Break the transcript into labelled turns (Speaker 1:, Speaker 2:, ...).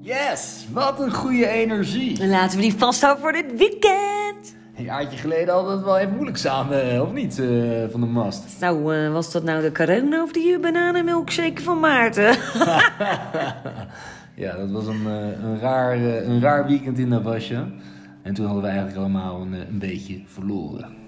Speaker 1: Yes, wat een goede energie.
Speaker 2: Laten we die vasthouden voor dit weekend.
Speaker 1: Een jaartje geleden hadden we het wel even moeilijk samen, eh, of niet, eh, van de mast?
Speaker 2: Nou, eh, was dat nou de corona of die eh, bananenmilkshake van Maarten?
Speaker 1: Ja, dat was een, eh, een, raar, eh, een raar weekend in Navasje. En toen hadden we eigenlijk allemaal een, eh, een beetje verloren.